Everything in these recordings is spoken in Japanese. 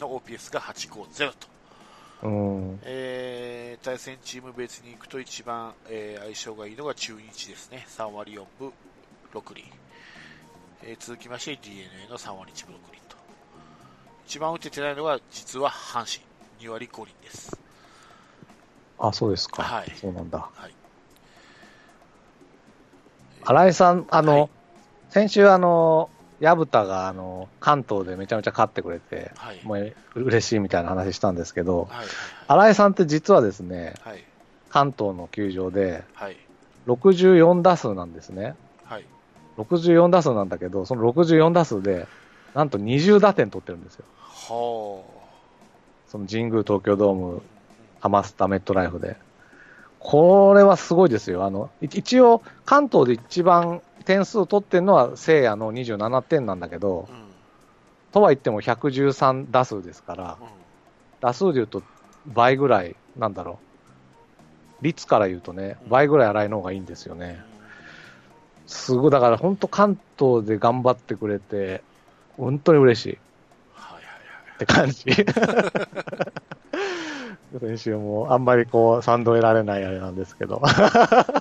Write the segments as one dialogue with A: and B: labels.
A: の OPS が850と。
B: うん。
A: えー対戦チーム別に行くと一番、えー相性がいいのが中日ですね。3割4分6厘。えー続きまして DNA の3割1分6厘と。一番打ててないのが実は阪神。2割5厘です。
B: あ、そうですか。
A: はい
B: そうなんだ。
A: はい。
B: 新井さん、あの、
A: はい
B: 先週、あの、矢蓋が、あの、関東でめちゃめちゃ勝ってくれて、
A: はい。
B: もう嬉しいみたいな話したんですけど、
A: はい。
B: 新井さんって実はですね、
A: はい。
B: 関東の球場で
A: はい。
B: 64打数なんですね。
A: はい。
B: 64打数なんだけど、その64打数で、なんと20打点取ってるんですよ。
A: は
B: その神宮東京ドーム
A: あ。
B: ハマスタメットライフで。これはすごいですよ。あの、い一応、関東で一番点数を取ってるのは聖夜の27点なんだけど
A: う、ん。
B: とは言っても113打数ですから、
A: うん。
B: 打数で言うと倍ぐらい、なんだろう。率から言うとね
A: う、ん
B: 倍ぐらい荒いの方がいいんですよね。すごい、だから本当関東で頑張ってくれて、本当に嬉しい。
A: はいはいはい。
B: って感じ。 先週もあんまりこう賛同得られないあれなんですけど。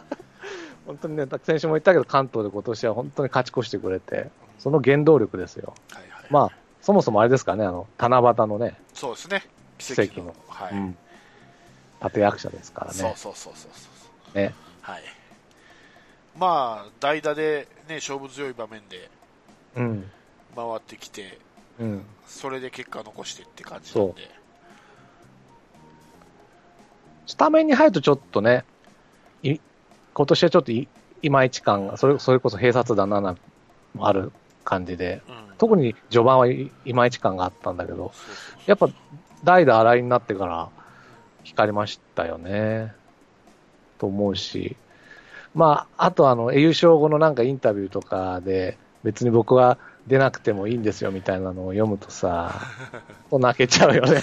B: 本当にね、先週も言ったけど関東で今年は本当に勝ち越してくれて、その原動力ですよ。
A: はいはい。
B: まあ、そもそもあれですかね、あの、七夕のね、
A: そうですね。奇
B: 奇
A: 跡
B: 跡
A: の
B: の。
A: はい。
B: うん、立役者ですから
A: そう
B: ね。
A: そうそうそうそう。
B: ね
A: はい。まあ、代打でね、勝負強い場面で
B: うん。
A: 回ってきて、
B: うん。
A: それで結果を残してって感じなんで。
B: スタメンに入るとちょっとね、い今年はちょっといいまいち感が、それそれこそ閉殺だな、なもある感じで、
A: うん
B: 特に序盤はいいまいち感があったんだけど、
A: そうそうそう
B: やっぱ代打荒井になってから光りましたよね。と思うし。まあ、あとあの、優勝後のなんかインタビューとかで、別に僕は出なくてもいいんですよみたいなのを読むとさ、と泣けちゃうよね。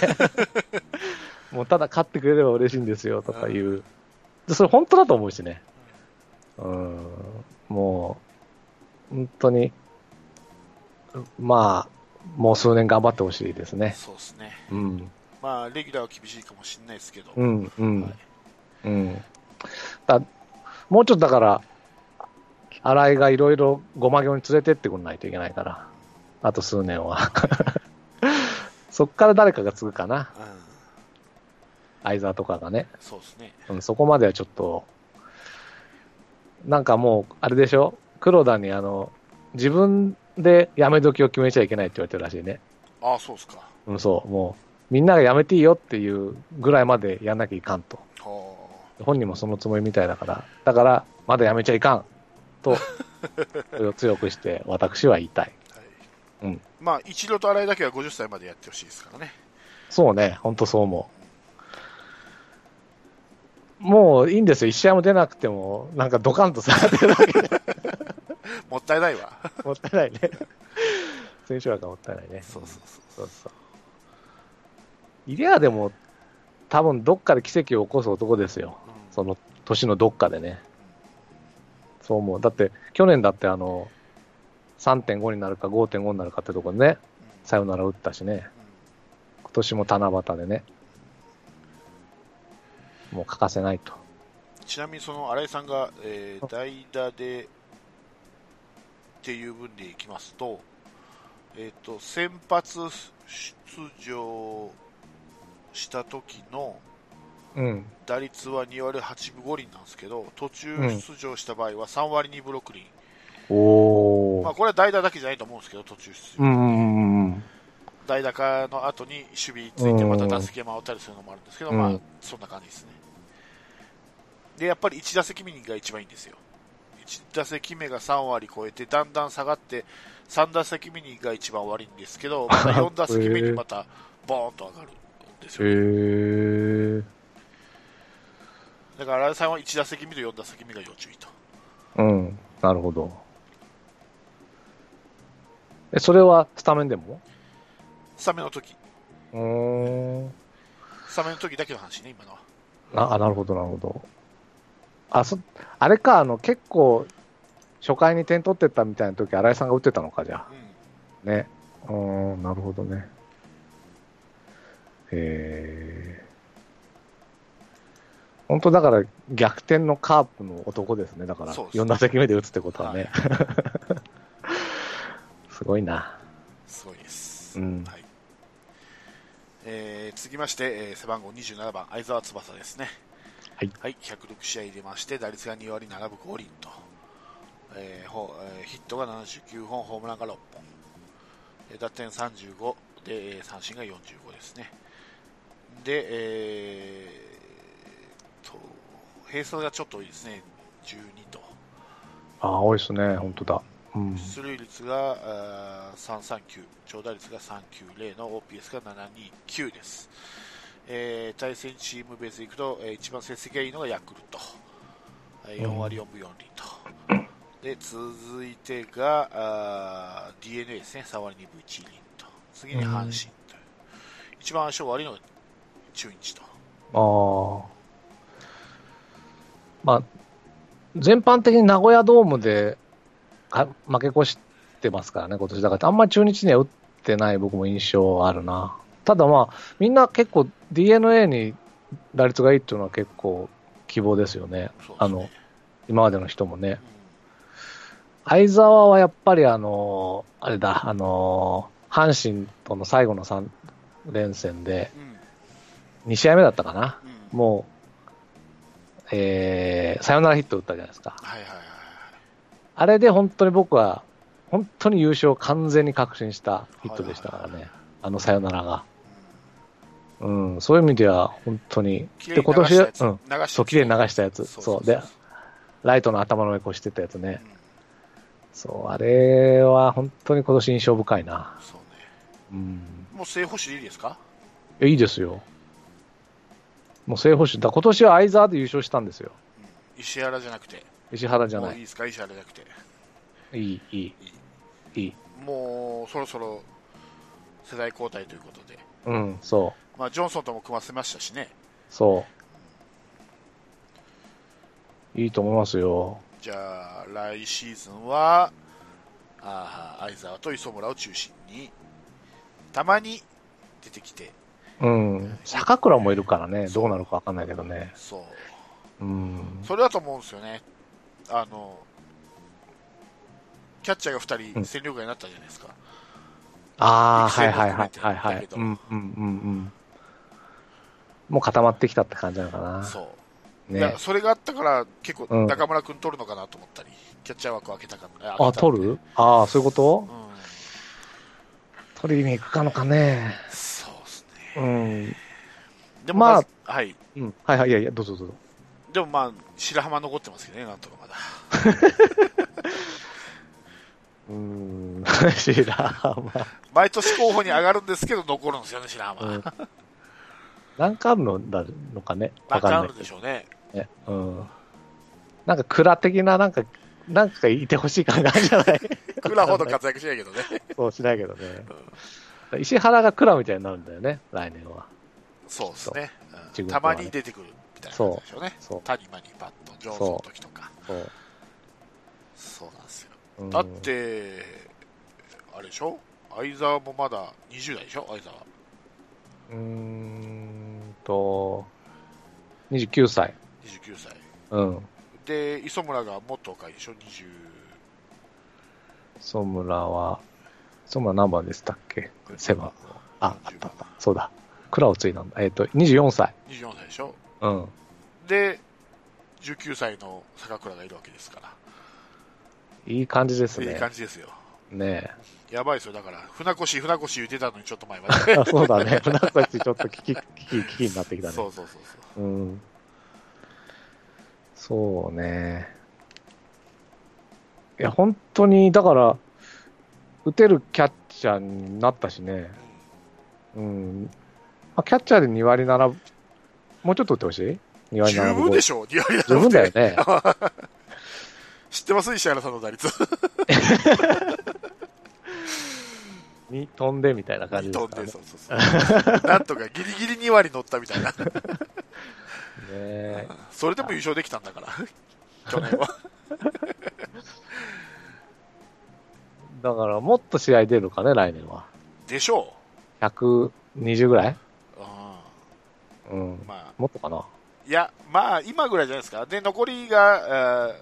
B: もうただ勝ってくれれば嬉しいんですよとか言う。でそれ本当だと思うしね。うん。もう、本当に、まあ、もう数年頑張ってほしいですね。
A: そうですね。
B: うん。
A: まあ、レギュラーは厳しいかもしれないですけど。
B: うん、う
A: はい
B: ん、うん。だもうちょっとだから、新井がいろいろごま行に連れてってくんないといけないから、あと数年は。そっから誰かが継ぐかな、
A: うん
B: 相沢とかがね。
A: そうですね。
B: うん、そこまではちょっと、なんかもう、あれでしょ黒田にあの、自分で辞め時を決めちゃいけないって言われてるらしいね。
A: ああ、そうですか。
B: うん、そう、もう、みんなが辞めていいよっていうぐらいまでやんなきゃいかんと。
A: は
B: 本人もそのつもりみたいだから、だから、まだやめちゃいかんと、 それを強くして、私は言いたい。
A: あ。はい
B: うん
A: まあ、一郎と新井だけは50歳までやってほしいですからね。
B: そうね、ほんとそう思う。もういいんですよ、一試合も出なくても、なんかドカンとさ れてるだけで
A: もったいないわ。
B: もったいないね。選手はもったいないね。
A: そうそうそう。
B: そうそう。イデアでも、多分どっかで奇跡を起こす男ですよ。
A: うん
B: その年のどっかでね。そう思う。だって、去年だってあの、3.5になるか5.5になるかってとこでね、サヨナラ打ったしね。今年も七夕でね。もう欠かせないと。
A: ちなみにその新井さんが、えー代打でっていう分でいきますと、えっ、と、先発出場した時の
B: うん。
A: 打率は2割8分5厘なんですけど、途中出場した場合は3割2分6厘。
B: お
A: まあ
B: ー。
A: これは代打だけじゃないと思うんですけど、途中出
B: う
A: 場。
B: んうんうん。
A: 代打化の後に守備ついてまた打席が回ったりするのもあるんですけど、
B: うん
A: まあそんな感じですね。で、やっぱり1打席目が一番いいんですよ。1打席目が3割超えて、だんだん下がって、3打席目が一番悪いんですけど、ま た4打席目にまたボーンと上がるんです
B: へ
A: よね。
B: ー。
A: だから、新井さんは1打席目と4打席目が要注意と。
B: うん。なるほど。え、それはスタメンでも
A: スタメンの時、
B: うーん。
A: スタメンの時だけの話ね、今のは。
B: あ、あなるほど、なるほど。あ、そ、あれか、あの、結構、初回に点取ってったみたいな時、新井さんが打ってたのか、じゃ
A: うん。
B: あ。ね。うーん、なるほどね。えー本当だから逆転のカープの男ですね、だから
A: そうです
B: 4打席目で打つってことはね、
A: は
B: すごいな、
A: すごいです。
B: うん
A: はいえー続きまして、えー背番号27番、相澤翼ですね。
B: はい。
A: 106試合出まして、打率が2割7分5厘と、えーほえーヒットが79本、ホームランが6本、えー打点35で、えー三振が45ですね。で、えーと、並走がちょっと多いですね、12と。
B: ああ、多いですね、本当だ、うん、
A: 出塁率があー339、長打率が390の OPS が729です。えー対戦チーム別でいくと、えー一番成績がいいのがヤクルト、えー4割4分4厘と。で続いてが d n a ですね、3割2分1厘と。次に阪神という。一番相性悪いのが中日と。
B: ああ。まあ、全般的に名古屋ドームであ負け越してますからね、今年。だから、あんまり中日には打ってない僕も印象はあるな。ただまあ、みんな結構 DNA に打率がいいっていうのは結構希望ですよね。
A: そうですね
B: あの、今までの人もね
A: うん。
B: 相沢はやっぱりあのーあれだ、あのー阪神との最後の3連戦で、
A: うん
B: 2試合目だったかな。
A: うん
B: もう、えー、サヨナラヒット打ったじゃないですか。
A: はいはいはいはい。
B: あれで本当に僕は、本当に優勝を完全に確信したヒットでしたから
A: はいはい
B: ね
A: は、
B: あのサヨナラが。
A: うん
B: うん、そういう意味では本当に。
A: 綺麗
B: で、
A: に
B: 今
A: 流
B: 年、
A: したやつ
B: うん、
A: 流し
B: そう、綺麗に流
A: し
B: したや
A: た
B: つ。そう、で、ライトの頭の上越してったやつね。
A: うん
B: そう、あれは本当に今年印象深いな。
A: そうね。
B: うん、
A: もう正捕手でいいですか
B: いやいいですよ。もう正捕手、だ今年は相沢で優勝したんですよ。
A: 石原じゃなくて。
B: 石原じゃ
A: も
B: な
A: ういい
B: い。
A: ですか石原じゃなくて。
B: いい、いい、いい。
A: もうそろそろ世代交代ということで。
B: うん、そう。
A: まあ、ジョンソンとも組ませましたしね。
B: そう。いいと思いますよ。
A: じゃあ、来シーズンは、あー相沢と磯村を中心に、たまに出てきて、
B: うん。坂倉もいるからね、どうなるかわかんないけどね。
A: そう。
B: うん。
A: それだと思うんですよね。あの、キャッチャーが2
B: う
A: 人
B: ん
A: 戦力外になったじゃないですか。
B: ああ、
A: 育成
B: はいはいはい
A: も
B: はい
A: 含めて
B: は
A: だ
B: い
A: け。ど
B: うんうんうんうん。もう固まってきたって感じなのかな。
A: そう。いや
B: ね。
A: それがあったから結
B: う
A: 構
B: ん
A: 中村君取るのかなと思ったり、キャッチャー枠開けたから
B: あ、取るああ、そういうこと
A: うん
B: 取りに行くかのかね。
A: そうですね
B: うん。
A: でも
B: ま
A: ま
B: あ
A: あ、はい
B: うん。はいはい、いやいや、どうぞどうぞ。
A: でもまあ白浜残ってますけどねなんとかまだ
B: うん。 知らんわ。
A: 毎年候補に上がるんですけど残るんですよね白浜、
B: うん なんかあるのだのかね。
A: な
B: わ
A: んか
B: か
A: あ
B: んない
A: るん。でしょうね
B: ね、うん。なんか蔵的な、なんか、なんかいてほしい感があるじゃない
A: 蔵ほど活躍しないけどね
B: そうしないけどね。石原が蔵みたいになるんだよね、来年は。
A: そうですね、うん
B: 地獄
A: た
B: はね
A: まに出てくるみたいな感じでしょうね
B: そう、
A: 谷間にバッと上手の時とか
B: そう。
A: そうなんですよ
B: うん
A: だっ、てあれでしょ相沢もまだ20代でしょ相沢
B: うーんと、29歳。
A: 29歳
B: うん。
A: で、磯村がもっと若いでしょ、20、
B: 磯村は、磯村何番でしたっけセブン。あ、あったあった。そうだ。蔵をついなんだ。えっ、と、24歳。
A: 24歳でしょ、
B: うん。
A: で、19歳の坂倉がいるわけですから、
B: いい感じです
A: いい
B: ね。
A: 感じですよ、
B: ね
A: やばいですよ、だから、船越、船越言ってたのにちょっと前まで、
B: え。あ そうだね。船越ちょっと危機、危機、危機になってきたね。
A: そうそうそうそう、
B: うん。そうね。いや、本当に、だから、打てるキャッチャーになったしね。うん。まあ、キャッチャーで2割7分、もうちょっと打ってほしい ?2 割
A: 十
B: 7分。
A: 分でしょ、いやいや、
B: 十分だよ ね。
A: 知ってます、石原さんの打 率、
B: に飛んでみたいな感
A: 飛
B: じ
A: ん
B: で
A: で、そ
B: す
A: う
B: からね。
A: そうそう、なんとかギリギリ2割乗ったみたいな、
B: ね
A: それでも優勝できたん だから、去年は。
B: だから、もっと試合出るかね、来年は。
A: でしょ、
B: 120ぐらいう
A: うん
B: うん。
A: まあ、
B: もっとかな。
A: いや、まあ、今ぐらいじゃないですか。で、残りが、あー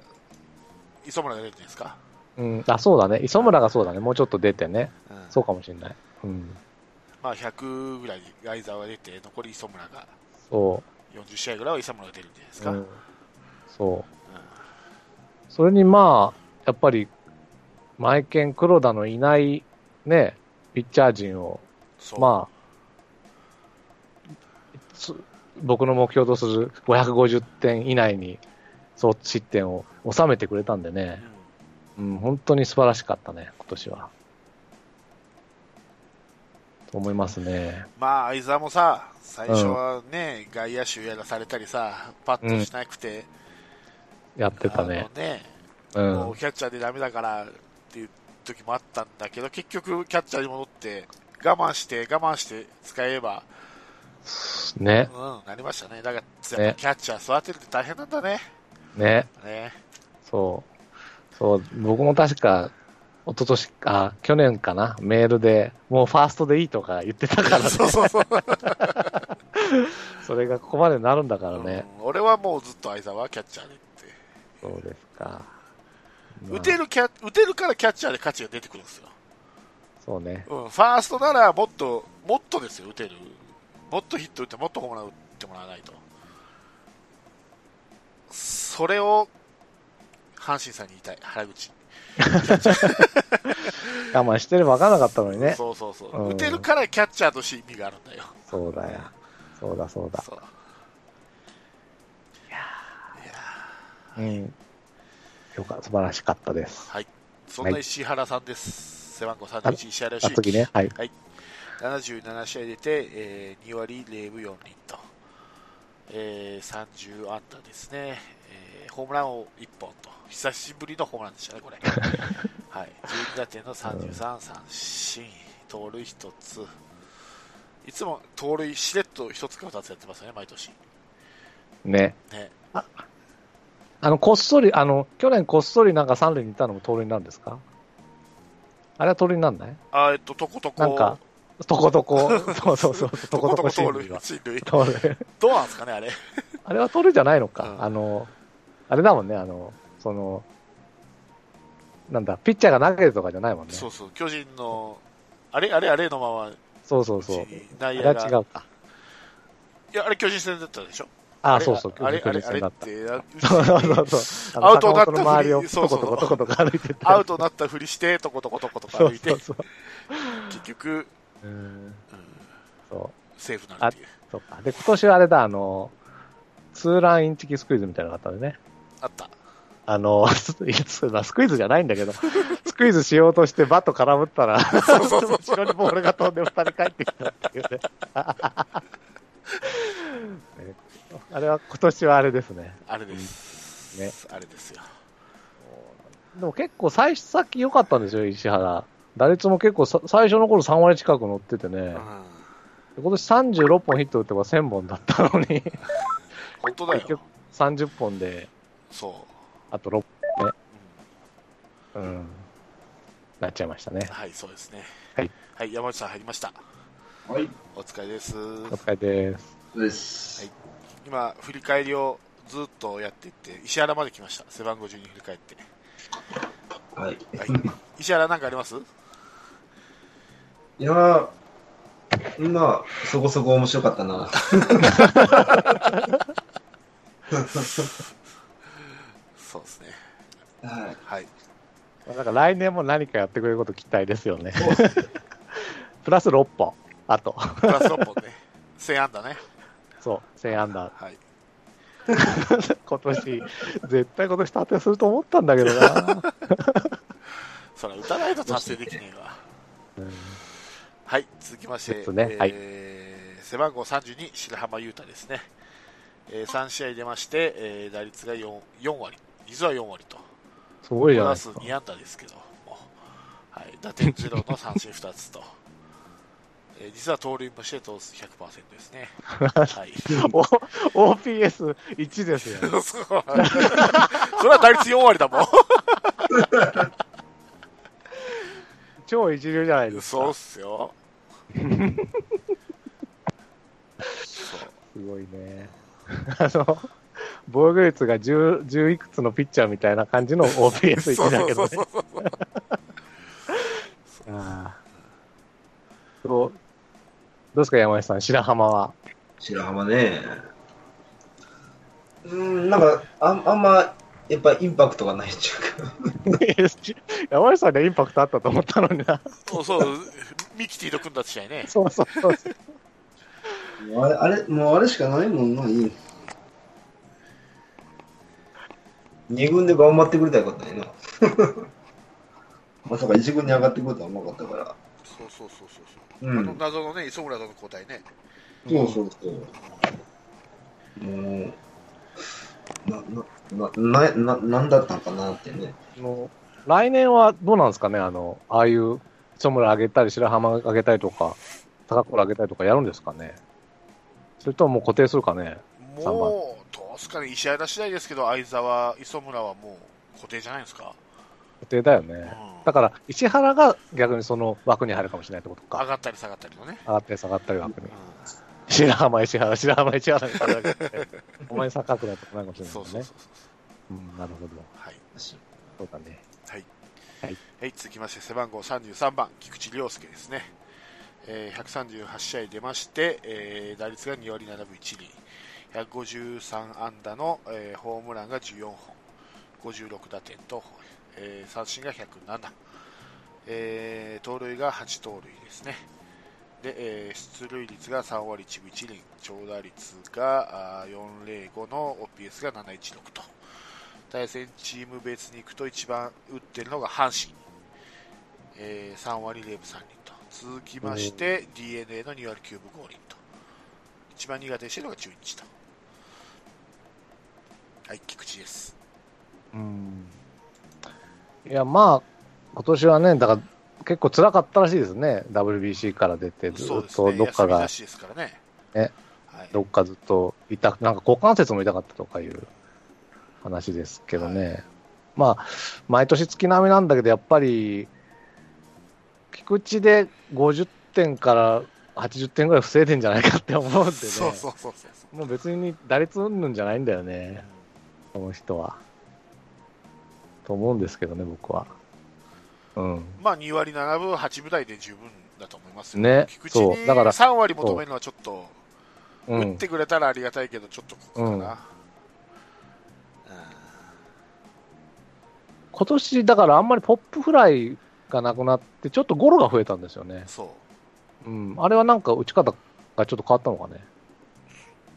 A: 磯村が出てるんですか。
B: うん。あ、そうだね。磯村がそうだね。もうちょっと出てね。
A: うん
B: そうかもしれない。うん。
A: まあ、100ぐらい相沢が出て、残り磯村が、
B: そ
A: 40試合ぐらいは磯村が出るんじゃないです
B: う。
A: か。
B: う
A: うん
B: ん、そう。それにまあ、やっぱり、マイケン・黒田のいない、ね、ピッチャー陣を、
A: そう
B: まあ、つ僕の目標とする550点以内に、そう失点を収めてくれたんで
A: う
B: ね、
A: ん
B: うん、本当に素晴らしかったね、今年は。と思いますね。
A: まあ、相沢もさ、最初はね、外野手やらされたりさ、パッとしなくて、
B: やってたね
A: あ。のね、
B: うん。
A: もうキャッチャーでダメだからっていう時もあったんだけど、結局キャッチャーに戻って、我慢して、我慢して使えば、
B: ね、
A: うん、なりましたね。だから、
B: ね
A: やっぱキャッチャー育てるって大変なんだね。
B: ね。
A: ね。
B: そう。そう、僕も確か、一昨年あ、去年かな、メールで、もうファーストでいいとか言ってたから、
A: そうそうそう。
B: それがここまでになるんだからね。
A: うん俺はもうずっと相沢はキャッチャーでって。
B: そうですか。まあ
A: 打てるキャ、打てるからキャッチャーで価値が出てくるんですよ。
B: そうね。
A: うん、ファーストならもっと、もっとですよ、打てる。もっとヒット打って、もっとホームラン打ってもらわないと。それを、阪神さんに言いたい、原口。
B: 我慢してれば分からなかったのにね。
A: そうそうそう、
B: うん
A: 打てるからキャッチャーとして意味があるんだよ。
B: そうだよ。そうだそうだ。
A: そう。
B: うん。よか素晴らしかったです。
A: はい。そんな石原さんです。背番号31、石原良
B: あ、次
A: 樹。
B: ね。はい。
A: 77試合出て、えー2割0分4厘と、えー30安打ですね、えーホームランを1本と、久しぶりのホームランでした ね、これ。はい、12打点の33三振、盗塁1つ、いつも盗塁、しれっと1つか2つやってますよね、毎年。
B: ね。
A: ね、
B: あの、こっそり、あの、去年こっそりなんか三塁に行ったのも盗塁になるんですかあれは盗塁になんない
A: あーえっと、とことこ、
B: なんか、とことこ、 そうそうそう、と
A: と
B: こ
A: ことと
B: こ
A: こ
B: 進
A: 盗
B: 塁
A: 塁
B: は、。
A: 進塁、
B: 盗塁
A: どうなんですかね、あれ。
B: あれは盗塁じゃないのか、
A: うん
B: あの、あれだもんね、あの、その、なんだ、ピッチャーが投げるとかじゃないもんね。そ
A: そううそう、巨人の、あれあれあれのまま、
B: そうそうそう。あ
A: 内
B: れ
A: 野
B: は
A: が
B: 違うか。
A: いや、あれ巨人戦だったでしょ
B: ああ、そうそう、
A: あれ、あれ、あれ
B: だ
A: っ
B: った。
A: て、あ
B: そうそうそう。あの
A: アウトになった
B: 坂本の周りを
A: ふり
B: とことこ
A: そ
B: と
A: うそ
B: こ
A: う
B: とこ歩いてった
A: ア
B: り
A: ウトになったふりして、とことことこと
B: そ
A: 歩
B: う
A: いて
B: そう、そう。
A: 結局、
B: うん
A: うん
B: そう、
A: セーフになるっていう。
B: そうか。で、今年はあれだ、あの、ツーランインチキスクイズみたいなのがあったんでね。
A: あった。
B: あの、 いやそうだスクイズじゃないんだけど、スクイズしようとしてバット絡むったら、後ろにボールが飛んで二人帰ってきたっていうね。 えっとあれは、今年はあれですね。
A: あれです。
B: ね
A: あれですよ。
B: でも結構最初、さっき良かったんですよ、石原。打率も結構さ最初の頃3割近く乗っててね
A: う、ん。
B: 今年36本ヒット打ってば1000本だったのに、
A: 本当だ
B: 結局
A: よ。
B: 30本で、
A: そ
B: あと6本ね、
A: う。
B: うん、なっちゃいましたね
A: うん。はい、そうですね。
B: はい。
A: はい、山内さん入りました。
C: はい、
A: お疲れです。
B: お疲れです。
C: そうです。
A: はい今、振り返りをずっとやっていって、石原まで来ました。背番号12振り返って。
C: はい。
A: はい。 石原なんかあります
C: いやー、まあ、そこそこ面白かったな。
A: そうですね。
C: はい。
A: はい。
B: まあだから来年も何かやってくれること期待ですよ ね。プラス6本。あと、
A: プラス6本ね。1000安打ね。
B: そう、1000アンダー。
A: はい。
B: 今年、絶対今年達成すると思ったんだけどな。
A: それ打たないと達成できねえわ。はい、続きまし
B: で
A: て、
B: すねはい
A: えー背番号32、白浜優太ですね。えー3試合出まして、えー打率が 4, 4割、実は4割と、
B: すごいじゃ
A: ボ
B: ない
A: ナ
B: です
A: ス
B: か。
A: 2安打ですけど、もうはい、打点0の三振2つと、 えー実は盗塁もして投数100%ですね。はい、
B: お OPS1 ですよ。
A: そうそれは打率4割だ も
B: 超一流じゃないで
A: ん。
B: す
A: そう
B: か
A: っ。すよ。そう
B: すすごいね。あの、防御率が 10, 10いくつのピッチャーみたいな感じの OPS い
A: そう
B: てた
A: そ
B: け
A: うそ
B: ど
A: う
B: ね。
A: そうそう
B: ああそうどうですか、山井さん、白浜は。
C: 白浜ね。うーん、なんか、あんあんま、やっぱインパクトがないっていうか。
B: 山井さんでインパクトあったと思ったのにな。
A: そうそうミキティと組んだ試合ね
B: そうそうそう。
C: もうあれ、あれ、もうあれしかないもんな、いい。二軍で頑張ってくれたらよかったのにな。 まさか一軍に上がってくるとは思わなかったから。
A: そうそうそうそう、
C: うん
A: あの謎のね磯村との交代ね
C: そうそうそう。もう、な、な、な、な、なんだったのかなってね。
B: あの来年はどうなんですかね、あの、ああいう、磯村あげたり、白浜あげたりとか、高倉あげたりとかやるんですかね。それとももう固定するかね。
A: もうどうすかね石原次第ですけど相澤磯村はもう固定じゃないですか、
B: 固定だよ
A: うん
B: ね。だから、石原が逆にその枠に入るかもしれないってこと
A: 上
B: か。
A: がったり下がったりのね、
B: 上がったり下がったり枠に
A: う。ん
B: 白浜、石原、白浜、石原みたいな感じで。お前さ、高倉とかないかもしれない
A: そう
B: もん
A: そうそう
B: ね
A: そう。
B: うん、なるほど。
A: はい
B: そうだね。
A: はい、続きまして背番号33番、菊池涼介ですね、えー138試合出まして、えー打率が2割7分1厘、153安打の、えーホームランが14本、56打点と、えー三振が107、えー盗塁が8盗塁ですね。でえー出塁率が3割1分1厘、長打率があー405の OPS が716と、対戦チーム別に行くと一番打ってるのが阪神、えー3割0分3厘と続きまして d n a の2割9分5厘と一番苦手にしてるのが中日とはい菊池です
B: うん。いや、まあ、今年はね、だから、結構辛かったらしいですね。WBC から出て、ず
A: そう
B: っ
A: です
B: と
A: ね
B: どっか
A: 休み
B: が
A: な、しですからね
B: ね
A: はい、
B: どっかずっと痛く、なんか股関節も痛かったとかいう話ですけどね。まあ、毎年月並みなんだけど、やっぱり、菊池で50点から80点ぐらい防いでんじゃないかって思うんでね。
A: そうそうそうそうそう
B: もう別に打率うんんじゃないんだよね。この人は。と思うんですけどね、僕は。うん。
A: まあ2割7分8分台で十分だと思いますよ
B: ね
A: 菊池に
B: そうだから
A: 3割求めるのはちょっと
B: う
A: 打っ
B: ん。
A: てくれたらありがたいけどちょっとここかな、
B: 今年、だからあんまりポップフライがなくなって、ちょっとゴロが増えたんですよね
A: うん、。そう
B: うん。あれはなんか打ち方がちょっと変わったのかね。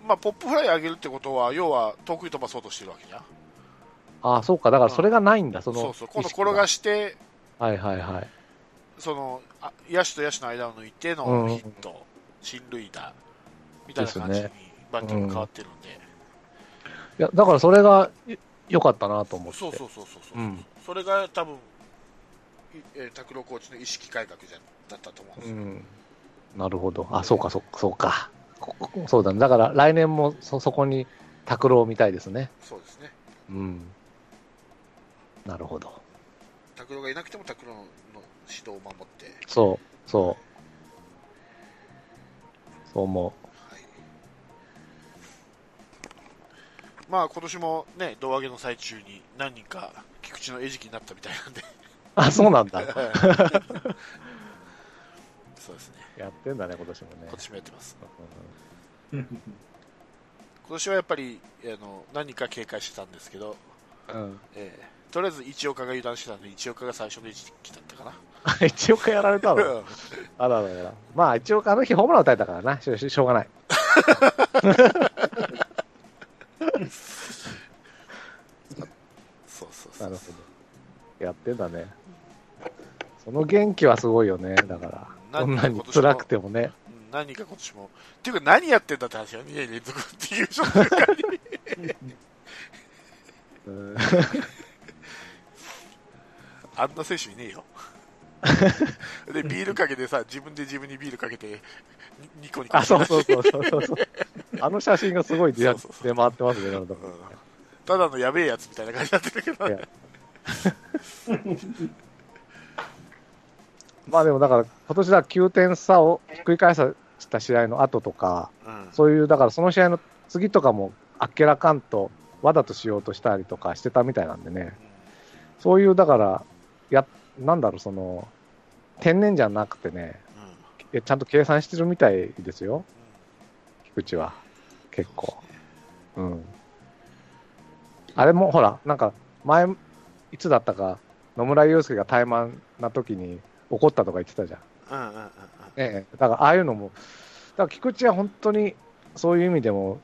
A: まあ、ポップフライ上げるってことは、要は遠くに飛ばそうとしてるわけじゃん。
B: ああ、そうか。だからそれがないんだ、その。
A: そうそう。今度転が
B: し。
A: して、
B: はいはいはい。
A: その、あ野手と野手の間を抜いての
B: うん
A: ヒット、進塁打、みたいな感じに
B: です
A: バッティングが変わってるんで。
B: いや、だからそれがい良かったなと思って。
A: そうそうそうそうそう。
B: うん
A: それが多分、いえー拓郎コーチの意識改革じゃだったと思うんです
B: う
A: よ。
B: ん、なるほど。あ、そうか、そうか、そうか。こここそうだね。だから来年もそ、そこに拓郎みたいですね。
A: そうですね。
B: うん。なるほど。
A: 拓郎がいなくても拓郎の指導を守って、
B: そう、そう。そう思
A: はい。まあ、今年もね、胴上げの最中に何人か菊池の餌食になったみたいなんで。
B: う。あ、そうなんだ。
A: そうですね。
B: やってんだね、今年もね。
A: 今年もやってます。
B: う
A: 今年はやっぱり、あの、何か警戒してたんですけど、
B: ん うん。
A: えーとりあえず一岡が油断してたんで、一岡が最初の位置だったかな。
B: 一岡やられ たのあらららら。まあ、一岡あの日ホームラン打たれたからな。しょしょしょうがない。
A: そうそうそ
B: なる
A: う。
B: ほど。やってんだね。その元気はすごいよね。だか
A: な
B: ら。こ
A: ん
B: ん
A: か
B: なに辛くてもね。
A: うん何か今年も。っていうか何やってんだって話が2年連続っていう状況か
B: うん
A: あんな選手いねえよ。で、ビールかけてさ、自分で自分にビールかけて、にニコニコ
B: あ、そうそうそうそうそうそう。あの写真がすごい出や
A: そうそうそう
B: 出回ってますね、なんか
A: うんただのやべえやつみたいな感じになってるけど
B: い。やまあでもだから、今年は9点差をひっくり返さした試合の後とか、
A: うん、
B: そういう、だからその試合の次とかも、あっけらかんと、わざとしようとしたりとかしてたみたいなんでね、そういう、だから、や、なんだろう、その、天然じゃなくてね、
A: うんうん
B: いやちゃんと計算してるみたいですよ、菊池は。結構。うん。あれもほら、なんか前、いつだったか、野村祐介が怠慢な時に怒ったとか言ってたじゃん。
A: うんうんうんうん
B: ええ、だからああいうのも、だから菊池は本当にそういう意味でも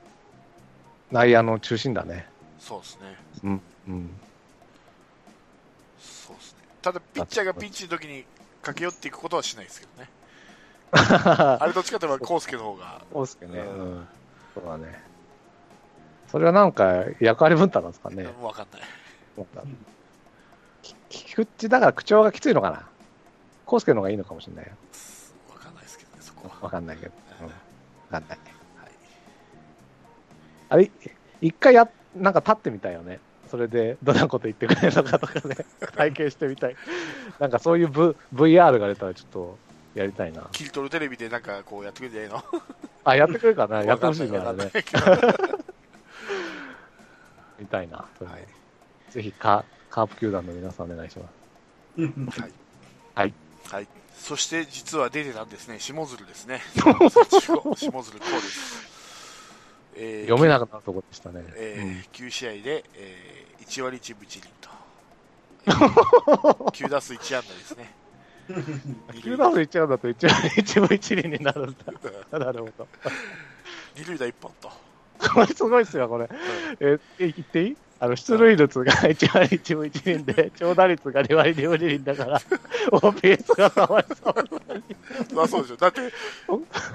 B: 内野の中心だね。
A: そうですね
B: うん。うん。
A: そうですねただピッチャーがピンチの時に駆け寄っていくことはしないですけどねあれどっちかといえば康介の方が
B: そうですけどね。
A: う
B: うんん。そうだね。それはなんか役割分担なんですかね。
A: 分かんない
B: 思ったき菊池だから口調がきついのかな康介の方がいいのかもしれないよ
A: 分かんないですけどねそこは、
B: わかんないけど、うん、わかんない
A: はい、
B: あれ一回やなんか立ってみたいよねそれでどんなこと言ってくれるのかとかね 体験してみたいなんかそういう、v、VR が出たらちょっとやりたいな
A: 切り取るテレビでなんかこうやってくれるんじゃないの
B: あやってくれるかなや
A: わ
B: って
A: か
B: ほ
A: ん
B: しいね
A: な
B: あ
A: いわ
B: れね
A: かん ないけどは
B: みたいな、
A: い
B: ぜひカカープ球団の皆さんお願いします
A: はい。
B: はい。
A: はい。そして実は出てたんですね、下鶴です ね。下鶴こうです。えー
B: 読めなかったとこでしたね、
A: えー9試合で、えー1割1分1厘 と。9打数1安打です ね。
B: うん、
A: 二
B: 球
A: 塁
B: 団
A: 打
B: の一番だと一番一部一輪になるん だなるほど
A: 二塁打1本と。
B: これすごいっすよ、これ。え、え言っていいあの、出塁率が1割1分1厘で、長打率が2割2分2厘 だから、OPS が3割3分。
A: まあそうでしょ。だって、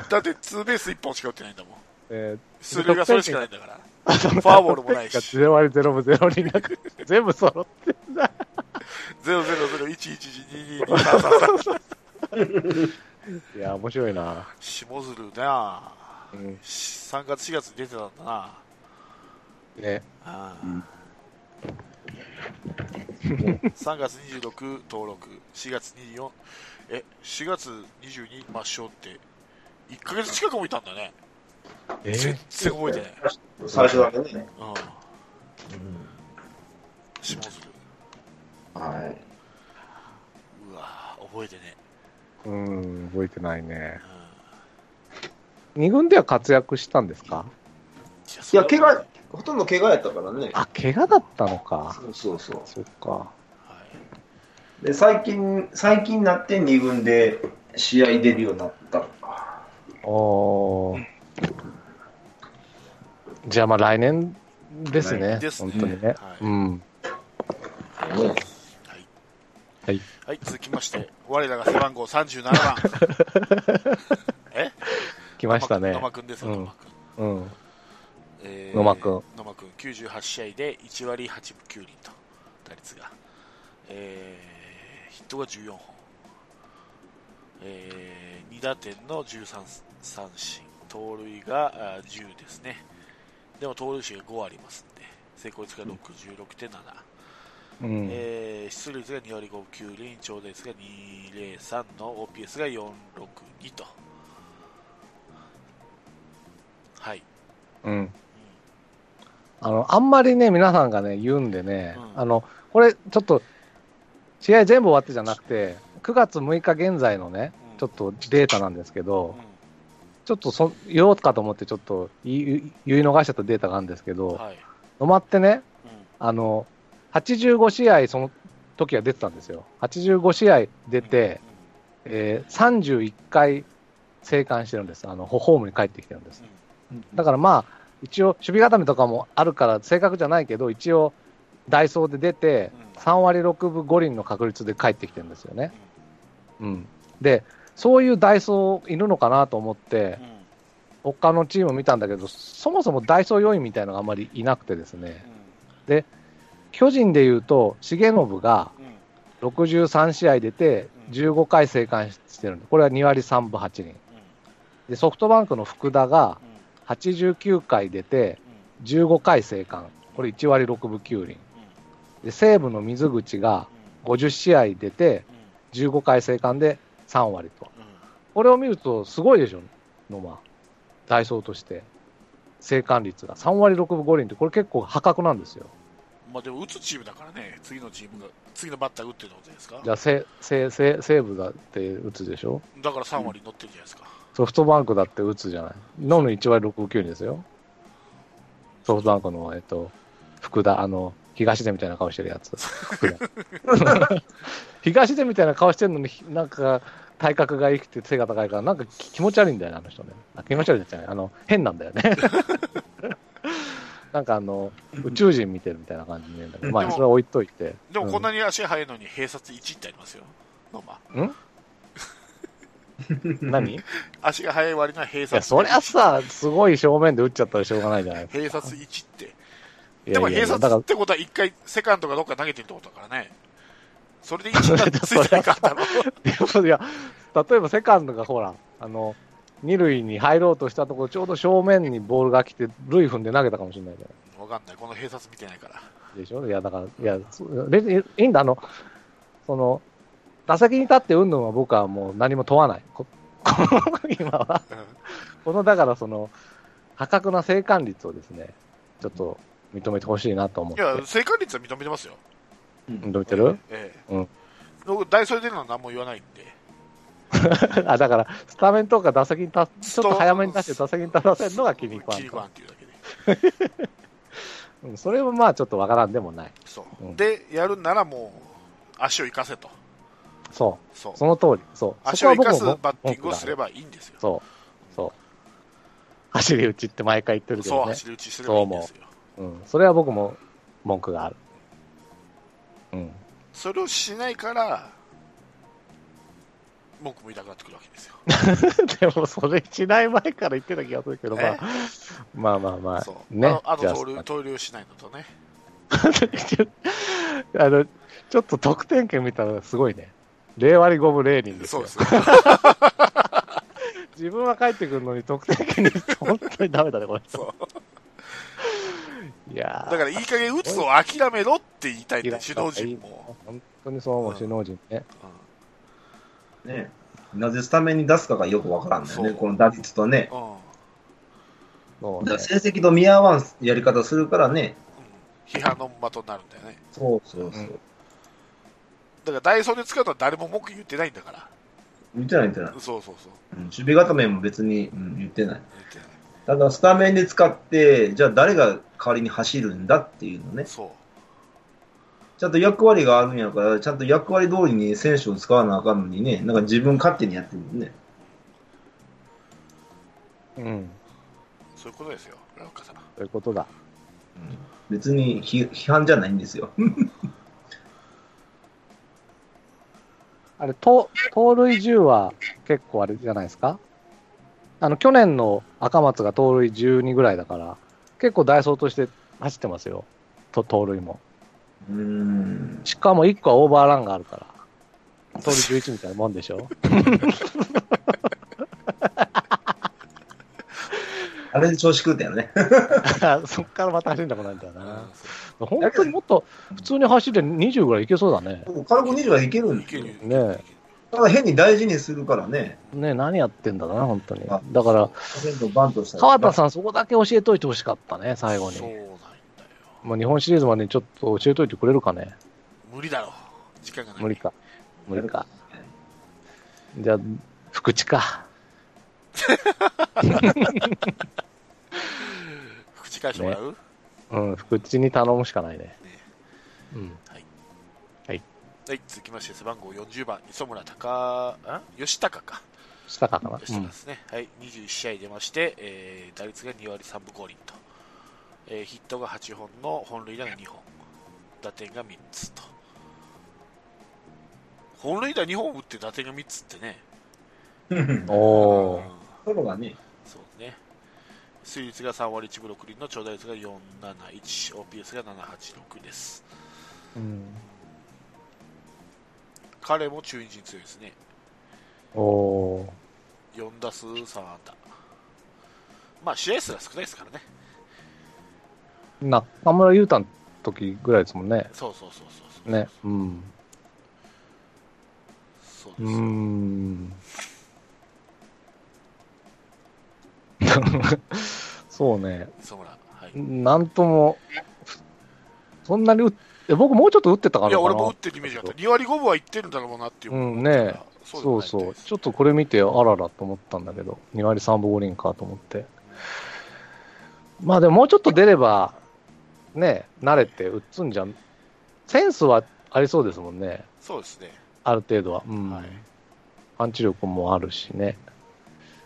A: だってツーベース1本しか打ってないんだもん。
B: え
A: 出塁がそれしかないんだから。
B: ー、
A: フ
B: フ
A: ォアボールもないし
B: 0割0分0厘だから、全部揃ってるな。
A: 00011122333。
B: いや、面白いな。
A: 下鶴なあ
B: うん。
A: 3月4月に出てたんだな
B: ね。
A: ああ3月26登録4月24え4月22抹消って1ヶ月近くもいたんだね
B: え
A: 全然覚えてない、
C: 最初だけ
A: う
C: ね。
A: ん、下鶴
C: は
A: うわ覚えてね
B: うん、覚えてないね。二軍では活躍したんですか
C: い。い
A: い
C: や、怪我、ほとんど怪我やったからね。
B: あ、怪我だったのか。
C: そうそうそ
B: そっか。
A: は
C: う。で、最近、最近になって2軍で試合出るようになった。
B: おーじゃあまあ来年です
C: 来
B: ね、
A: 年ですね
B: 本当にね、
A: はい
B: うん。
C: ね
A: い、
B: はい、
A: はい、続きまして我らが背番号37番 え
B: 来ましたね
A: 野。間君ですよ、
B: う
A: 野
B: ん
A: 間君
B: うん。
A: え
B: 野間君。
A: 野間君、98試合で1割8分9厘と、打率が。えーヒットが14本。え2打点の13三振。盗塁があー10ですね。でも盗塁数が5ありますんで、成功率が66.7。
B: うん。
A: えー出塁率が2割5分9厘、長打率が203の OPS が462と。はい。
B: うん。あの、あんまりね、皆さんがね、言うんでね、
A: うん
B: あの、これちょっと、試合全部終わってじゃなくて、9月6日現在のね、
A: うん
B: ちょっとデータなんですけ
A: う
B: ど、
A: ん
B: ちょっとそ言おうかと思って、ちょっと言い言い逃しちゃったデータがあるんですけど、
A: はい。
B: 野間ってね、
A: うん
B: あの、85試合その時は出てたんですよ。85試合出て、、えー31回生還してるんです。あの、ホホームに帰ってきてるんです。だからまあ、一応、守備固めとかもあるから正確じゃないけど、一応、ダイソーで出て、
A: うん
B: 3割6分5厘の確率で帰ってきてるんですよ
A: うん
B: ね。うん。で、そういうダイソーいるのかなと思って、
A: うんうん
B: 他のチーム見たんだけど、そもそもダイソー要員みたいのがあまりいなくてですね、巨人でいうと、重信が、
A: うんうん
B: 63試合出て、15回生還してるんで、これは2割3分8厘。で、ソフトバンクの福田が
A: うん
B: 89回出て、
A: うん
B: 15回生還。これ1割6分9厘。
A: うん
B: で、西武の水口が50試合出て、
A: うん
B: 15回生還で3割と。
A: うん
B: これを見ると、すごいでしょ。の、まあ、代走として、生還率が3割6分5厘って、これ結構破格なんですよ。
A: まあでも打つチームだからね、次のチームが、次のバッターが打ってるのことですか
B: じゃあ、せせせ西武だって打つでしょ
A: だから3割乗ってるじゃないですか。
B: ソフトバンクだって打つじゃない。なのに1割6分9厘ですよ。ソフトバンクの、えっと、福田、あの、東出みたいな顔してるやつ。福田東出みたいな顔してるのに、ひなんか、体格がいいくて背が高いから、なんかき気持ち悪いんだよね、あの人ね。あ気持ち悪いじゃない。あの、変なんだよね。 なんかあの、宇宙人見てるみたいな感じに見えるんだけど、ま
A: で
B: あ、
A: も
B: それは置いといて。
A: でもこん
B: な、
A: なに足速いのに併殺1ってありますよ。ノーマ
B: 何い
A: 足が速い割には併
B: や、
A: 殺
B: そりゃさ、すごい正面で打っちゃったらしょうがないじゃない
A: 併殺1って。
B: い
A: で
B: や
A: も
B: いや
A: 併
B: いやだ
A: 殺
B: か
A: っ
B: ら、
A: てことは1回、セカンドがどっか投げてるってことだからね。それで1になってついたらいかんだろ。
B: で もいや、例えばセカンドがほら、あの、二塁に入ろうとしたところ、ちょうど正面にボールが来て、塁踏んで投げたかもしれないじゃな
A: わかんない。この併殺見てないから。
B: いでしょいや、だから、いや、そう別にいいんだ、あの、その、打席に立ってうんぬんは僕はもう何も問わない。こ 今は。
A: うん
B: この、だからその、破格な生還率をですね、ちょっと認めてほしいなと思っ
A: い
B: て。
A: や、正解率は認めてますよ。
B: 認めてる
A: ええ。
B: うん
A: 僕、ダイソーで出るのは何も言わないんで。
B: あ、だから、スタメンとか打席に立つ、ちょっと早めに出して打席に立たせるのが気に食わん
A: 気に食わんっていうだけで。
B: うんそれはまあちょっとわからんでもない。
A: そう、
B: うん
A: で、やるならもう、足を生かせと。
B: そう。
A: そう。
B: その通り、そう。
A: 足を生かす
B: そこは
A: バ
B: 僕も
A: ッティングをすれ
B: 文句が
A: ばいいんですよ
B: ある。。そう。そう。走り打ちって毎回言ってるけ
A: そう、
B: どね。
A: 走り打ちすればいいんですよ。
B: うん。それは僕も文句がある。うん。
A: それをしないから、僕も痛くなってくるわけですよ。
B: でも、それしない前から言ってた気がするけど、ま
A: ね
B: あ、まあまあまあ
A: そう。。
B: ね。
A: あの、
B: じ
A: あ
B: ゃ
A: と盗塁、盗塁をしないのとね。
B: ああの、ちょっと得点圏見たらすごいね。0割5分0人です
A: そう
B: よ
A: で。すよ。
B: 自分は帰ってくるのに得点圏に行くと本当にダメだね、これ。
A: そう。
B: いやー
A: だから、いい加減打つのを諦めろって言い たいんだよ、首脳陣も。
B: 本当にそう思
A: う
B: う、
A: ん
B: 首脳陣ね。
C: ねなぜスタメンに出すかがよくわからんだよね、
A: そう
C: この打率とね。
A: うん。うん。
B: そうね
C: だから成績と見合わんやり方するからね。
A: 批判の的になるんだよね。
C: そうそうそう
A: だ
C: う。
A: から、ダイソーで使うのは誰も文句言ってないんだから。
C: 見てない見てない。うん
A: そうそうそう。
C: 守備固めも別に、うん言ってない。
A: 言ってない
C: ただスタメンで使って、じゃあ誰が代わりに走るんだっていうのね。
A: そう。
C: ちゃんと役割があるんやから、ちゃんと役割通りに選手を使わなあかんのにね、なんか自分勝手にやってるもんね。
B: うん。
A: そういうことですよ、ラウカ様。
B: ということだ。
C: うん別に批批判じゃないんですよ。
B: あれ、盗盗塁10は結構あれじゃないですかあの、去年の赤松が盗塁12ぐらいだから、結構ダイソーとして走ってますよ。と盗塁も。
C: うーん。
B: しかも1個はオーバーランがあるから。盗塁11みたいなもんでし ょ
C: あれで調子食うたよ ね。
B: そっからまた走んなくなるんだよな。
A: う
B: 本当にもっと普通に走って20ぐらいいけそうだね。
C: もう軽く20はいける
A: ん
C: ん
A: い
C: で
A: け
C: す
A: る
C: よ。
A: いける
B: ねえ
A: いける
C: ただ変に大事にするからね。
B: ね何やってんだろうな、本当に
C: あ。
B: だから、
C: 100%バントしたり
B: 川田さん、そこだけ教えといてほしかったね、最後
A: そうなん
B: に。
A: だよ。
B: もう日本シリーズまでにちょっと教えといてくれるかね。
A: 無理だろ。時間がない。
B: 無理。か。無理か。じゃあ、福地か。
A: 口返してもらう、
B: うん、福地に頼むしかないね。うん。
A: はい、続きまして、背番号40番、磯村隆、ん吉高か。
B: したかかな。
A: 吉高ですね。はい、21試合出まして、えー打率が2割3分5厘と。えーヒットが8本の本塁打が2本。打点が3つと。本塁打2本打って打点が3つってね。
B: うんお
A: う
B: ー
A: ん。
C: ところがね、
A: そうね。出率が3割1分6厘の長打率が471、OPS が786です。
B: うん。
A: 彼も中日に強いですね。
B: おー。
A: 4打数3安打。まあ、試合数が少ないですからね。
B: 中村優太の時ぐらいですもんね。
A: そうそうそうそうそう。
B: ね。うん。
A: そうで
B: うー
A: すよ。
B: ん。 そうね、
A: 磯村。はい、い
B: なんとも、そんなに打っえ僕もうちょっと打ってたからかな。
A: や、俺も打ってるイメージがあった。2割5分はいってるんだろうなっていう。
B: うんねそうそう。ちょっとこれ見て、あららと思ったんだけど、2割3分5厘かと思って。まあでももうちょっと出れば、ね、慣れて打つんじゃん。センスはありそうですもんね。
A: そうですね。
B: ある程度は。うん。
A: はい
B: パンチ力もあるしね。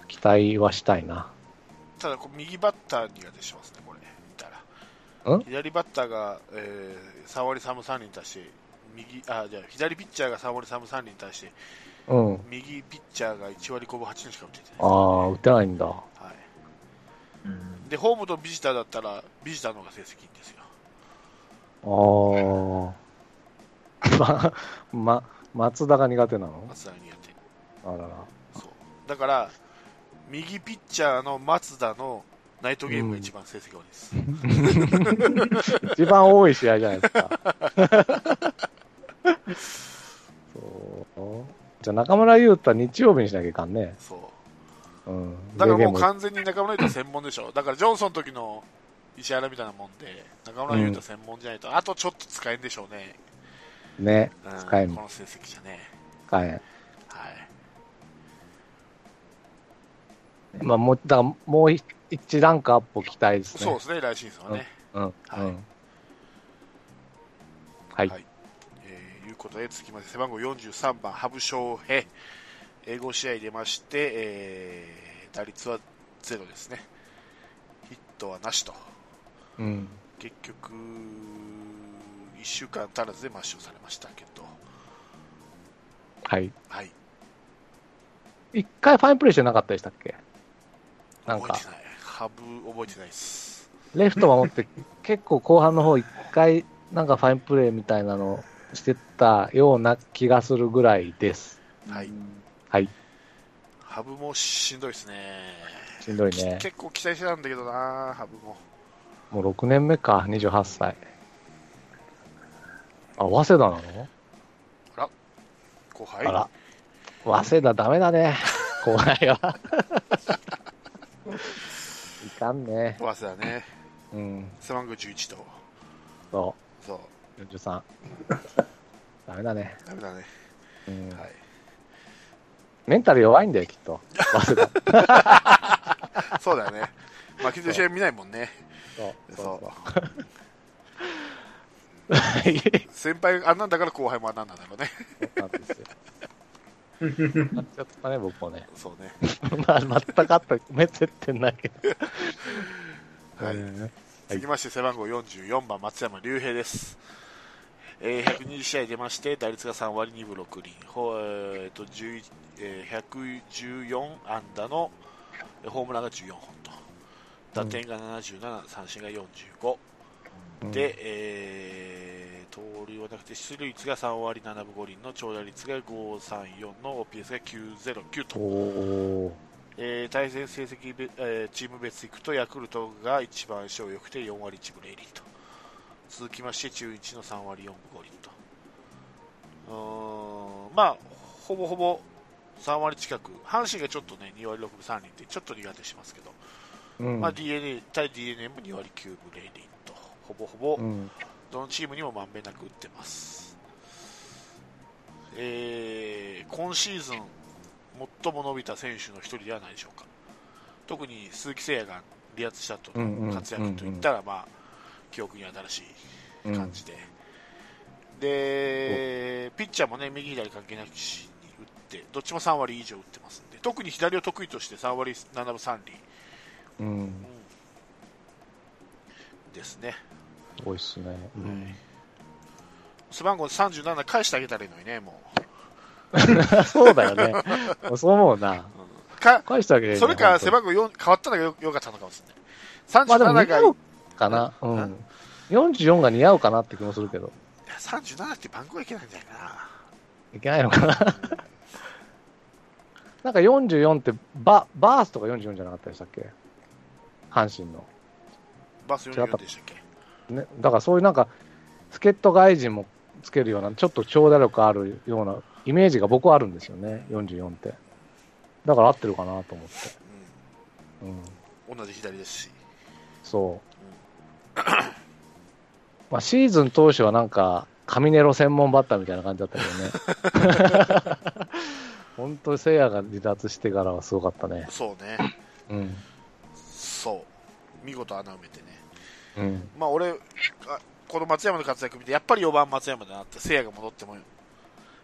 B: 期待はしたいな。
A: ただこう右バッターには出しますね、これ、見た
B: ん
A: ら。左バッターが、えー、3割3分3厘に対して、右、あ、じゃあ左ピッチャーが3割3分3厘に対して、
B: うん。
A: 右ピッチャーが1割5分8厘しか打ててない。
B: ああ、打てないんだ。
A: は
C: うん
A: い。で、ホームとビジターだったら、ビジターの方が成績いいんですよ。
B: ああ。ま、ま、松田が苦手なの
A: 松田にやって。
B: あらら。
A: そう。だから、右ピッチャーの松田のナイトゲームが一番成績が悪いです。
B: 一番多い試合じゃないですか。そう。じゃあ中村優太日曜日にしなきゃいかんね。
A: そう。
B: うん。
A: だからもう
B: デーゲーム
A: 完全に中村優太専門でしょ。だからジョンソンの時の石原みたいなもんで、中村優太専門じゃないと、あとちょっと使えんでしょうね。
B: ね。
A: うん、
B: 使えん
A: この成績じゃね。
B: 使えん。
A: はい。
B: まあもう、だからもう一ランクアップを期待ですね。
A: そうですね、来シーズンはね。
B: うん。うん。
A: はい
B: はい。
A: はいえーいうことで、続きまして背番号43番、羽生翔平。えー5試合出まして、えー打率はゼロですね。ヒットはなしと。
B: うん。
A: 結局、1週間足らずで抹消されましたけど。
B: はい。
A: はい。
B: 一回ファインプレーしてなかったでしたっけなん
A: 覚
B: か
A: えて、ない。ハブ覚えてないです。
B: レフト守って結構後半の方一回なんかファインプレーみたいなのしてたような気がするぐらいです。
A: はい。
B: はい。
A: ハブもしんどいですね。
B: しんどいね
A: き。結構期待してたんだけどな、ハブも。
B: もう6年目か、28歳。あ、早稲田なの
A: 後
B: あ
A: 輩
B: ら。早稲田ダメ だね。後輩は。いかんね。
A: 早稲田ね。
B: うん。
A: 背番号11と。
B: そ。
A: そう
B: 43。ダメだね。
A: う。ダメだね。
B: うん。
A: はい。
B: メンタル弱いんだよ、きっと。早稲田。
A: そうだよ ね。負けてる試合見ないもんね。
B: そ う。
A: そう
B: はい。
A: 先輩があんなんだから後輩もあんなんなんだろうね。
B: そうなんですよ。 買っちゃったね、僕もね。
A: そうね。
B: まあ、全くあった、めってってんだけど。
A: はい。続きまして背番号44番、松山竜平です。えー、120試合出まして、打率が3割2分6厘、ほえー、と11えー114安打のえーホームランが14本と、打点が77、三振が45、
B: うん
A: で、、えー、盗塁はなくて出塁率が3割7分5厘の長打率が534の OPS が909と
B: お。おー
A: えー対戦成績べ、えーチーム別いくとヤクルトが一番相性良くて4割1分0厘と続きまして中日の3割4分5厘とうーんまあほぼほぼ3割近く阪神がちょっとね2割6分3厘ってちょっと苦手しますけど、
B: うん。
A: まあ、DNA 対 d n a も2割9分0厘とほぼほぼ
B: うん。
A: どのチームにもまんべんなく打ってます、えー今シーズン最も伸びた選手の一人ではないでしょうか特に鈴木誠也が離脱した後の活躍といったら、まあ、記憶に新しい感じで、でピッチャーもね右左関係なくしに打ってどっちも3割以上打ってますんで特に左を得意として3割7分3厘
B: うん。
A: ですね
B: 多いっすね。うん。
A: 背番号37返してあげたらいいのにねもう
B: そうだよね。そう思うな。
A: か
B: 返してあげればいいね
A: それか、背
B: 本
A: 番号4変わったのがよよかったのかもしれ
B: 当にまあ
A: ない。37
B: でも似合
A: が
B: う、かな。う
A: うん
B: ん。44が似合うかなって気もするけど。
A: いや37って番号いけないんじゃないか
B: いけないのかな。 なんか44って、バ、バースとか44じゃなかったでしたっけ阪神の。
A: な。バス44でしたっけ
B: ね、だからそういうなんか、助っ人外人もつけるような、ちょっと長打力あるようなイメージが僕はあるんですよね、44って。だから合ってるかなと思って。
A: う
B: うん、
A: 同じ左ですし、
B: そう。まあ、シーズン当初はなんか、カミネロ専門バッターみたいな感じだったけどね。本当、聖夜が離脱してからはすごかったね。
A: そうね、
B: うん。
A: そう、見事穴埋めてね、
B: うん。
A: まあ俺、あこの松山の活躍見て、やっぱり4番松山だなって、聖夜が戻っても、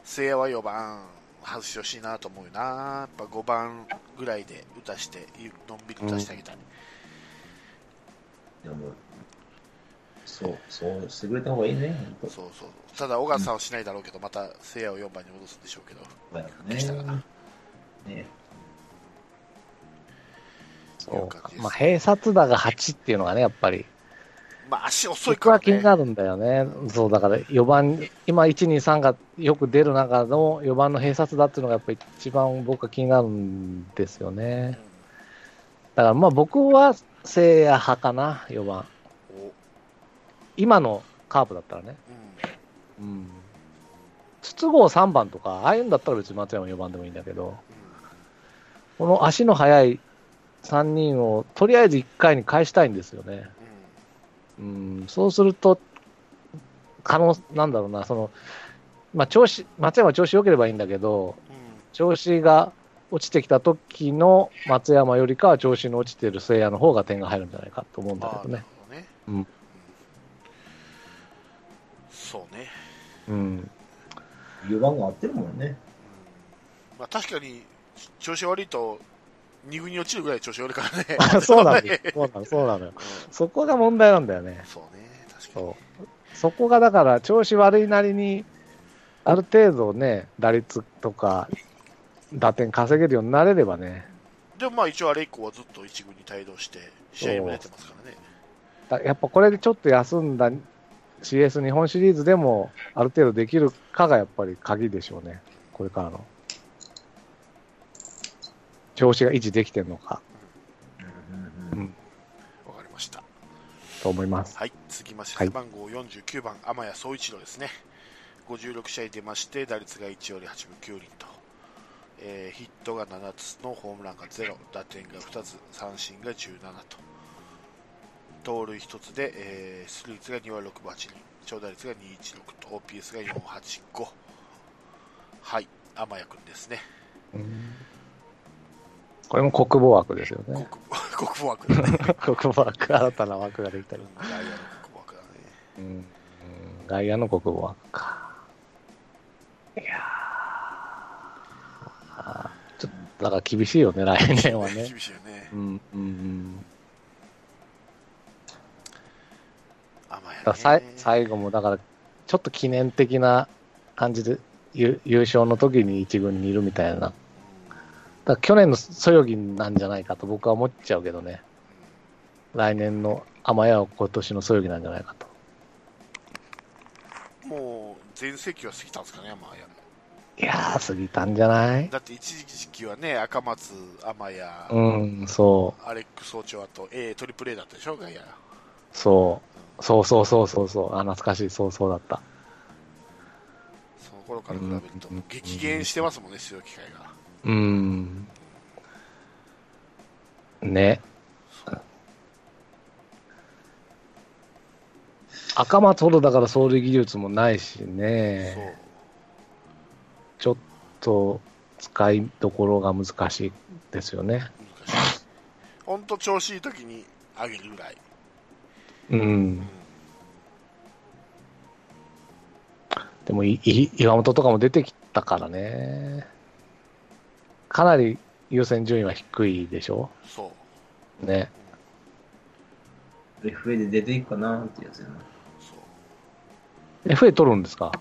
A: 聖夜は4番外してほしいなと思うよな、やっぱ5番ぐらいで打たして、のんびり打たしてあげたい。
C: でも、そう、そうしてくれた方がいいね。本当
A: そうそうただ、小川さんはしないだろうけど、また聖夜を4番に戻すんでしょうけど、
C: だよ
A: でしたか
C: ね
A: な。
C: ね
B: そうか。まあ、併殺打が8っていうのがね、やっぱり。
A: まあ、足遅い
B: 僕
A: から、
B: は
A: ね、
B: 気になるんだよね。そう、だから4番、今1、2、3がよく出る中の4番の併殺打っていうのがやっぱり一番僕は気になるんですよね。だからまあ僕は聖夜派かな、4番。
A: うんおうん
B: 今のカープだったらね。うん。筒香3番とか、ああいうんだったら別に松山4番でもいいんだけど、この足の速い3人をとりあえず1回に返したいんですよね。
A: うんうん
B: うん、そうすると、可能、なんだろうな、その、まあ、調子、松山調子良ければいいんだけど、
A: う
B: 調子が落ちてきた時の松山よりかは調子の落ちてる聖夜の方が点が入るんじゃないかと思うん
A: ん、
B: だ
A: ま
B: け
A: あ
B: ど
A: な
B: ね
A: る。ほどね、
B: うん
A: そうね、
B: うん。
C: え。4番が合ってるもんね。
A: うんまあ、確かに調子悪いと二軍に落ちるぐらい調子悪いからね
B: あそうなん だよ。そうなの、そうなのよ。
A: う
B: そこが問題なんだよね
A: ん。そうね確かに
B: そう。そこがだから、調子悪いなりに、ある程度ね、打率とか、打点稼げるようになれればね、
A: でもまあ一応あれ以降はずっと一軍に帯同して試合も出てますからね
B: だやっぱこれでちょっと休んだ CS 日本シリーズでも、ある程度できるかがやっぱり鍵でしょうね、これからの。調子が維持できてるのか
C: うん
B: うん
A: わかりました
B: と思います。
A: はい続きまして
B: はい
A: 背番号49番、天谷総一郎ですね56試合出まして打率が1割8分9厘と、えーヒットが7つのホームランが0打点が2つ三振が17と盗塁1つで、えー出塁率が2割6分8厘長打率が216と OPS が485はい天谷君ですね
B: これも国防枠ですよ
A: 国
B: ね。
A: 国防枠だね
B: 国防枠、新たな枠ができた
A: 外
B: り
A: 野。の国防枠だね
B: うんうん外野の国防枠か。いやーちょっと、だから厳しいよね、来年はね。
A: 厳しいよね
B: うん、うん、うん。
A: 天
B: だからさ
A: 谷
B: い
A: ね
B: 最後も、だから、ちょっと記念的な感じで、ゆ優勝の時に一軍にいるみたいな。だから去年のそよぎなんじゃないかと僕は思っちゃうけどね。来年の天谷は今年のそよぎなんじゃないかと。
A: もう全盛期は過ぎたんですかね、天谷。
B: いやー、過ぎたんじゃない
A: だって一時期はね、赤松、天谷、
B: うん、そう。
A: アレックス総長あと、A、トリプル A だったでしょ、外野。
B: そう。そうそうそうそうそう。あ、懐かしい。そうそうだった。
A: その頃から比べると
B: うん、
A: 激減してますもんね、出場機会が。
B: うーん。ね。赤松ほどだから走塁技術もないし
A: そ
B: ね。
A: う。
B: ちょっと使いどころが難しいですよね。
A: 難しい。ほんと調子いい時に上げるぐらい。
B: うん。でもい、い岩本とかも出てきたからね。かなり優先順位は低いでしょ
A: そう。
B: ね。
C: FA で出ていくかなってやつやな。
A: そう。
B: FA 取るんですか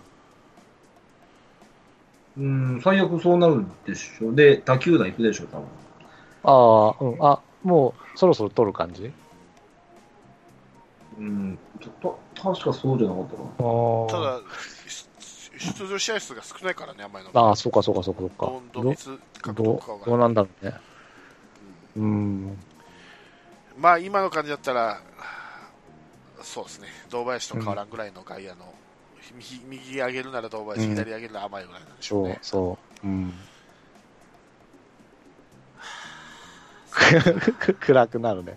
C: うん、最悪そうなるでしょ。で、他球団行くでしょ、多分。
B: ああ、うん。あ、もうそろそろ取る感じ
C: うん、ちょっと、確かそうじゃなかったかな。
A: ただ、
B: あ
A: 出出場試合数が少ないからね、天谷の。
B: ああ、そうかそうかそうかそうか。
A: どんどんいつ
B: ど
A: 獲
B: ど
A: 得
B: う
A: か
B: ど
A: が。
B: うなんだろうね。うん。
A: まあ、今の感じだったら、そうですね、堂林と変わらんぐらいの外野の、右右上げるなら堂林、
B: うん
A: 左上げるなら甘いぐらいなんでしょう
B: そう
A: ね。
B: そう。うん。 暗くなるね。